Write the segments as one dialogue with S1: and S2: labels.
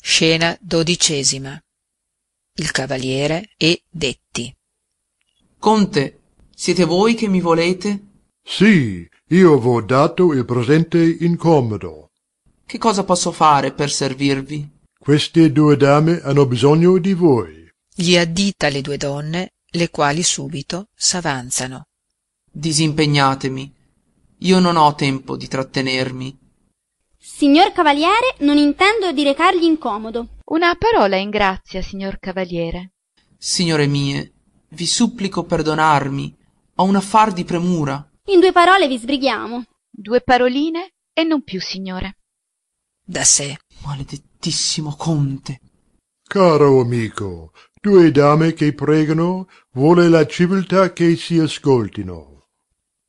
S1: scena xii il cavaliere e detti
S2: conte siete voi che mi volete
S3: sì io v'ho dato il presente incomodo
S2: che cosa posso fare per servirvi
S3: queste due dame hanno bisogno di voi
S1: gli addita le due donne le quali subito s'avanzano
S2: disimpegnatemi io non ho tempo di trattenermi
S4: signor cavaliere non intendo di recargli incomodo
S5: una parola in grazia signor cavaliere
S2: signore mie vi supplico perdonarmi ho un affar di premura
S4: in due parole vi sbrighiamo
S5: due paroline e non più signore
S1: da sé
S2: maledettissimo conte
S3: caro amico due dame che pregano vuole la civiltà che si ascoltino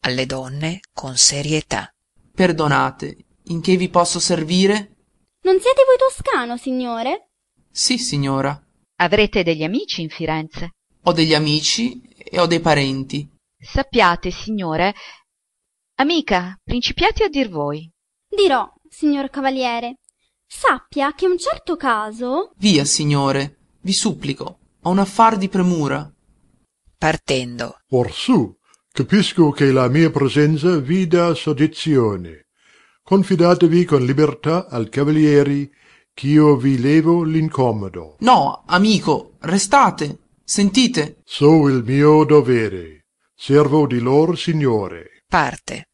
S1: alle donne con serietà
S2: perdonate in che vi posso servire
S4: non siete voi toscano signore
S2: sì signora
S5: avrete degli amici in firenze
S2: ho degli amici e ho dei parenti
S5: sappiate signore amica principiate a dir voi
S4: dirò signor cavaliere sappia che un certo caso
S2: via signore vi supplico ho un affar di premura
S1: partendo
S3: orsù capisco che la mia presenza vi dà soggezione confidatevi con libertà al cavalieri ch'io vi levo l'incomodo
S2: no amico restate sentite
S3: so il mio dovere servo di lor signore
S1: parte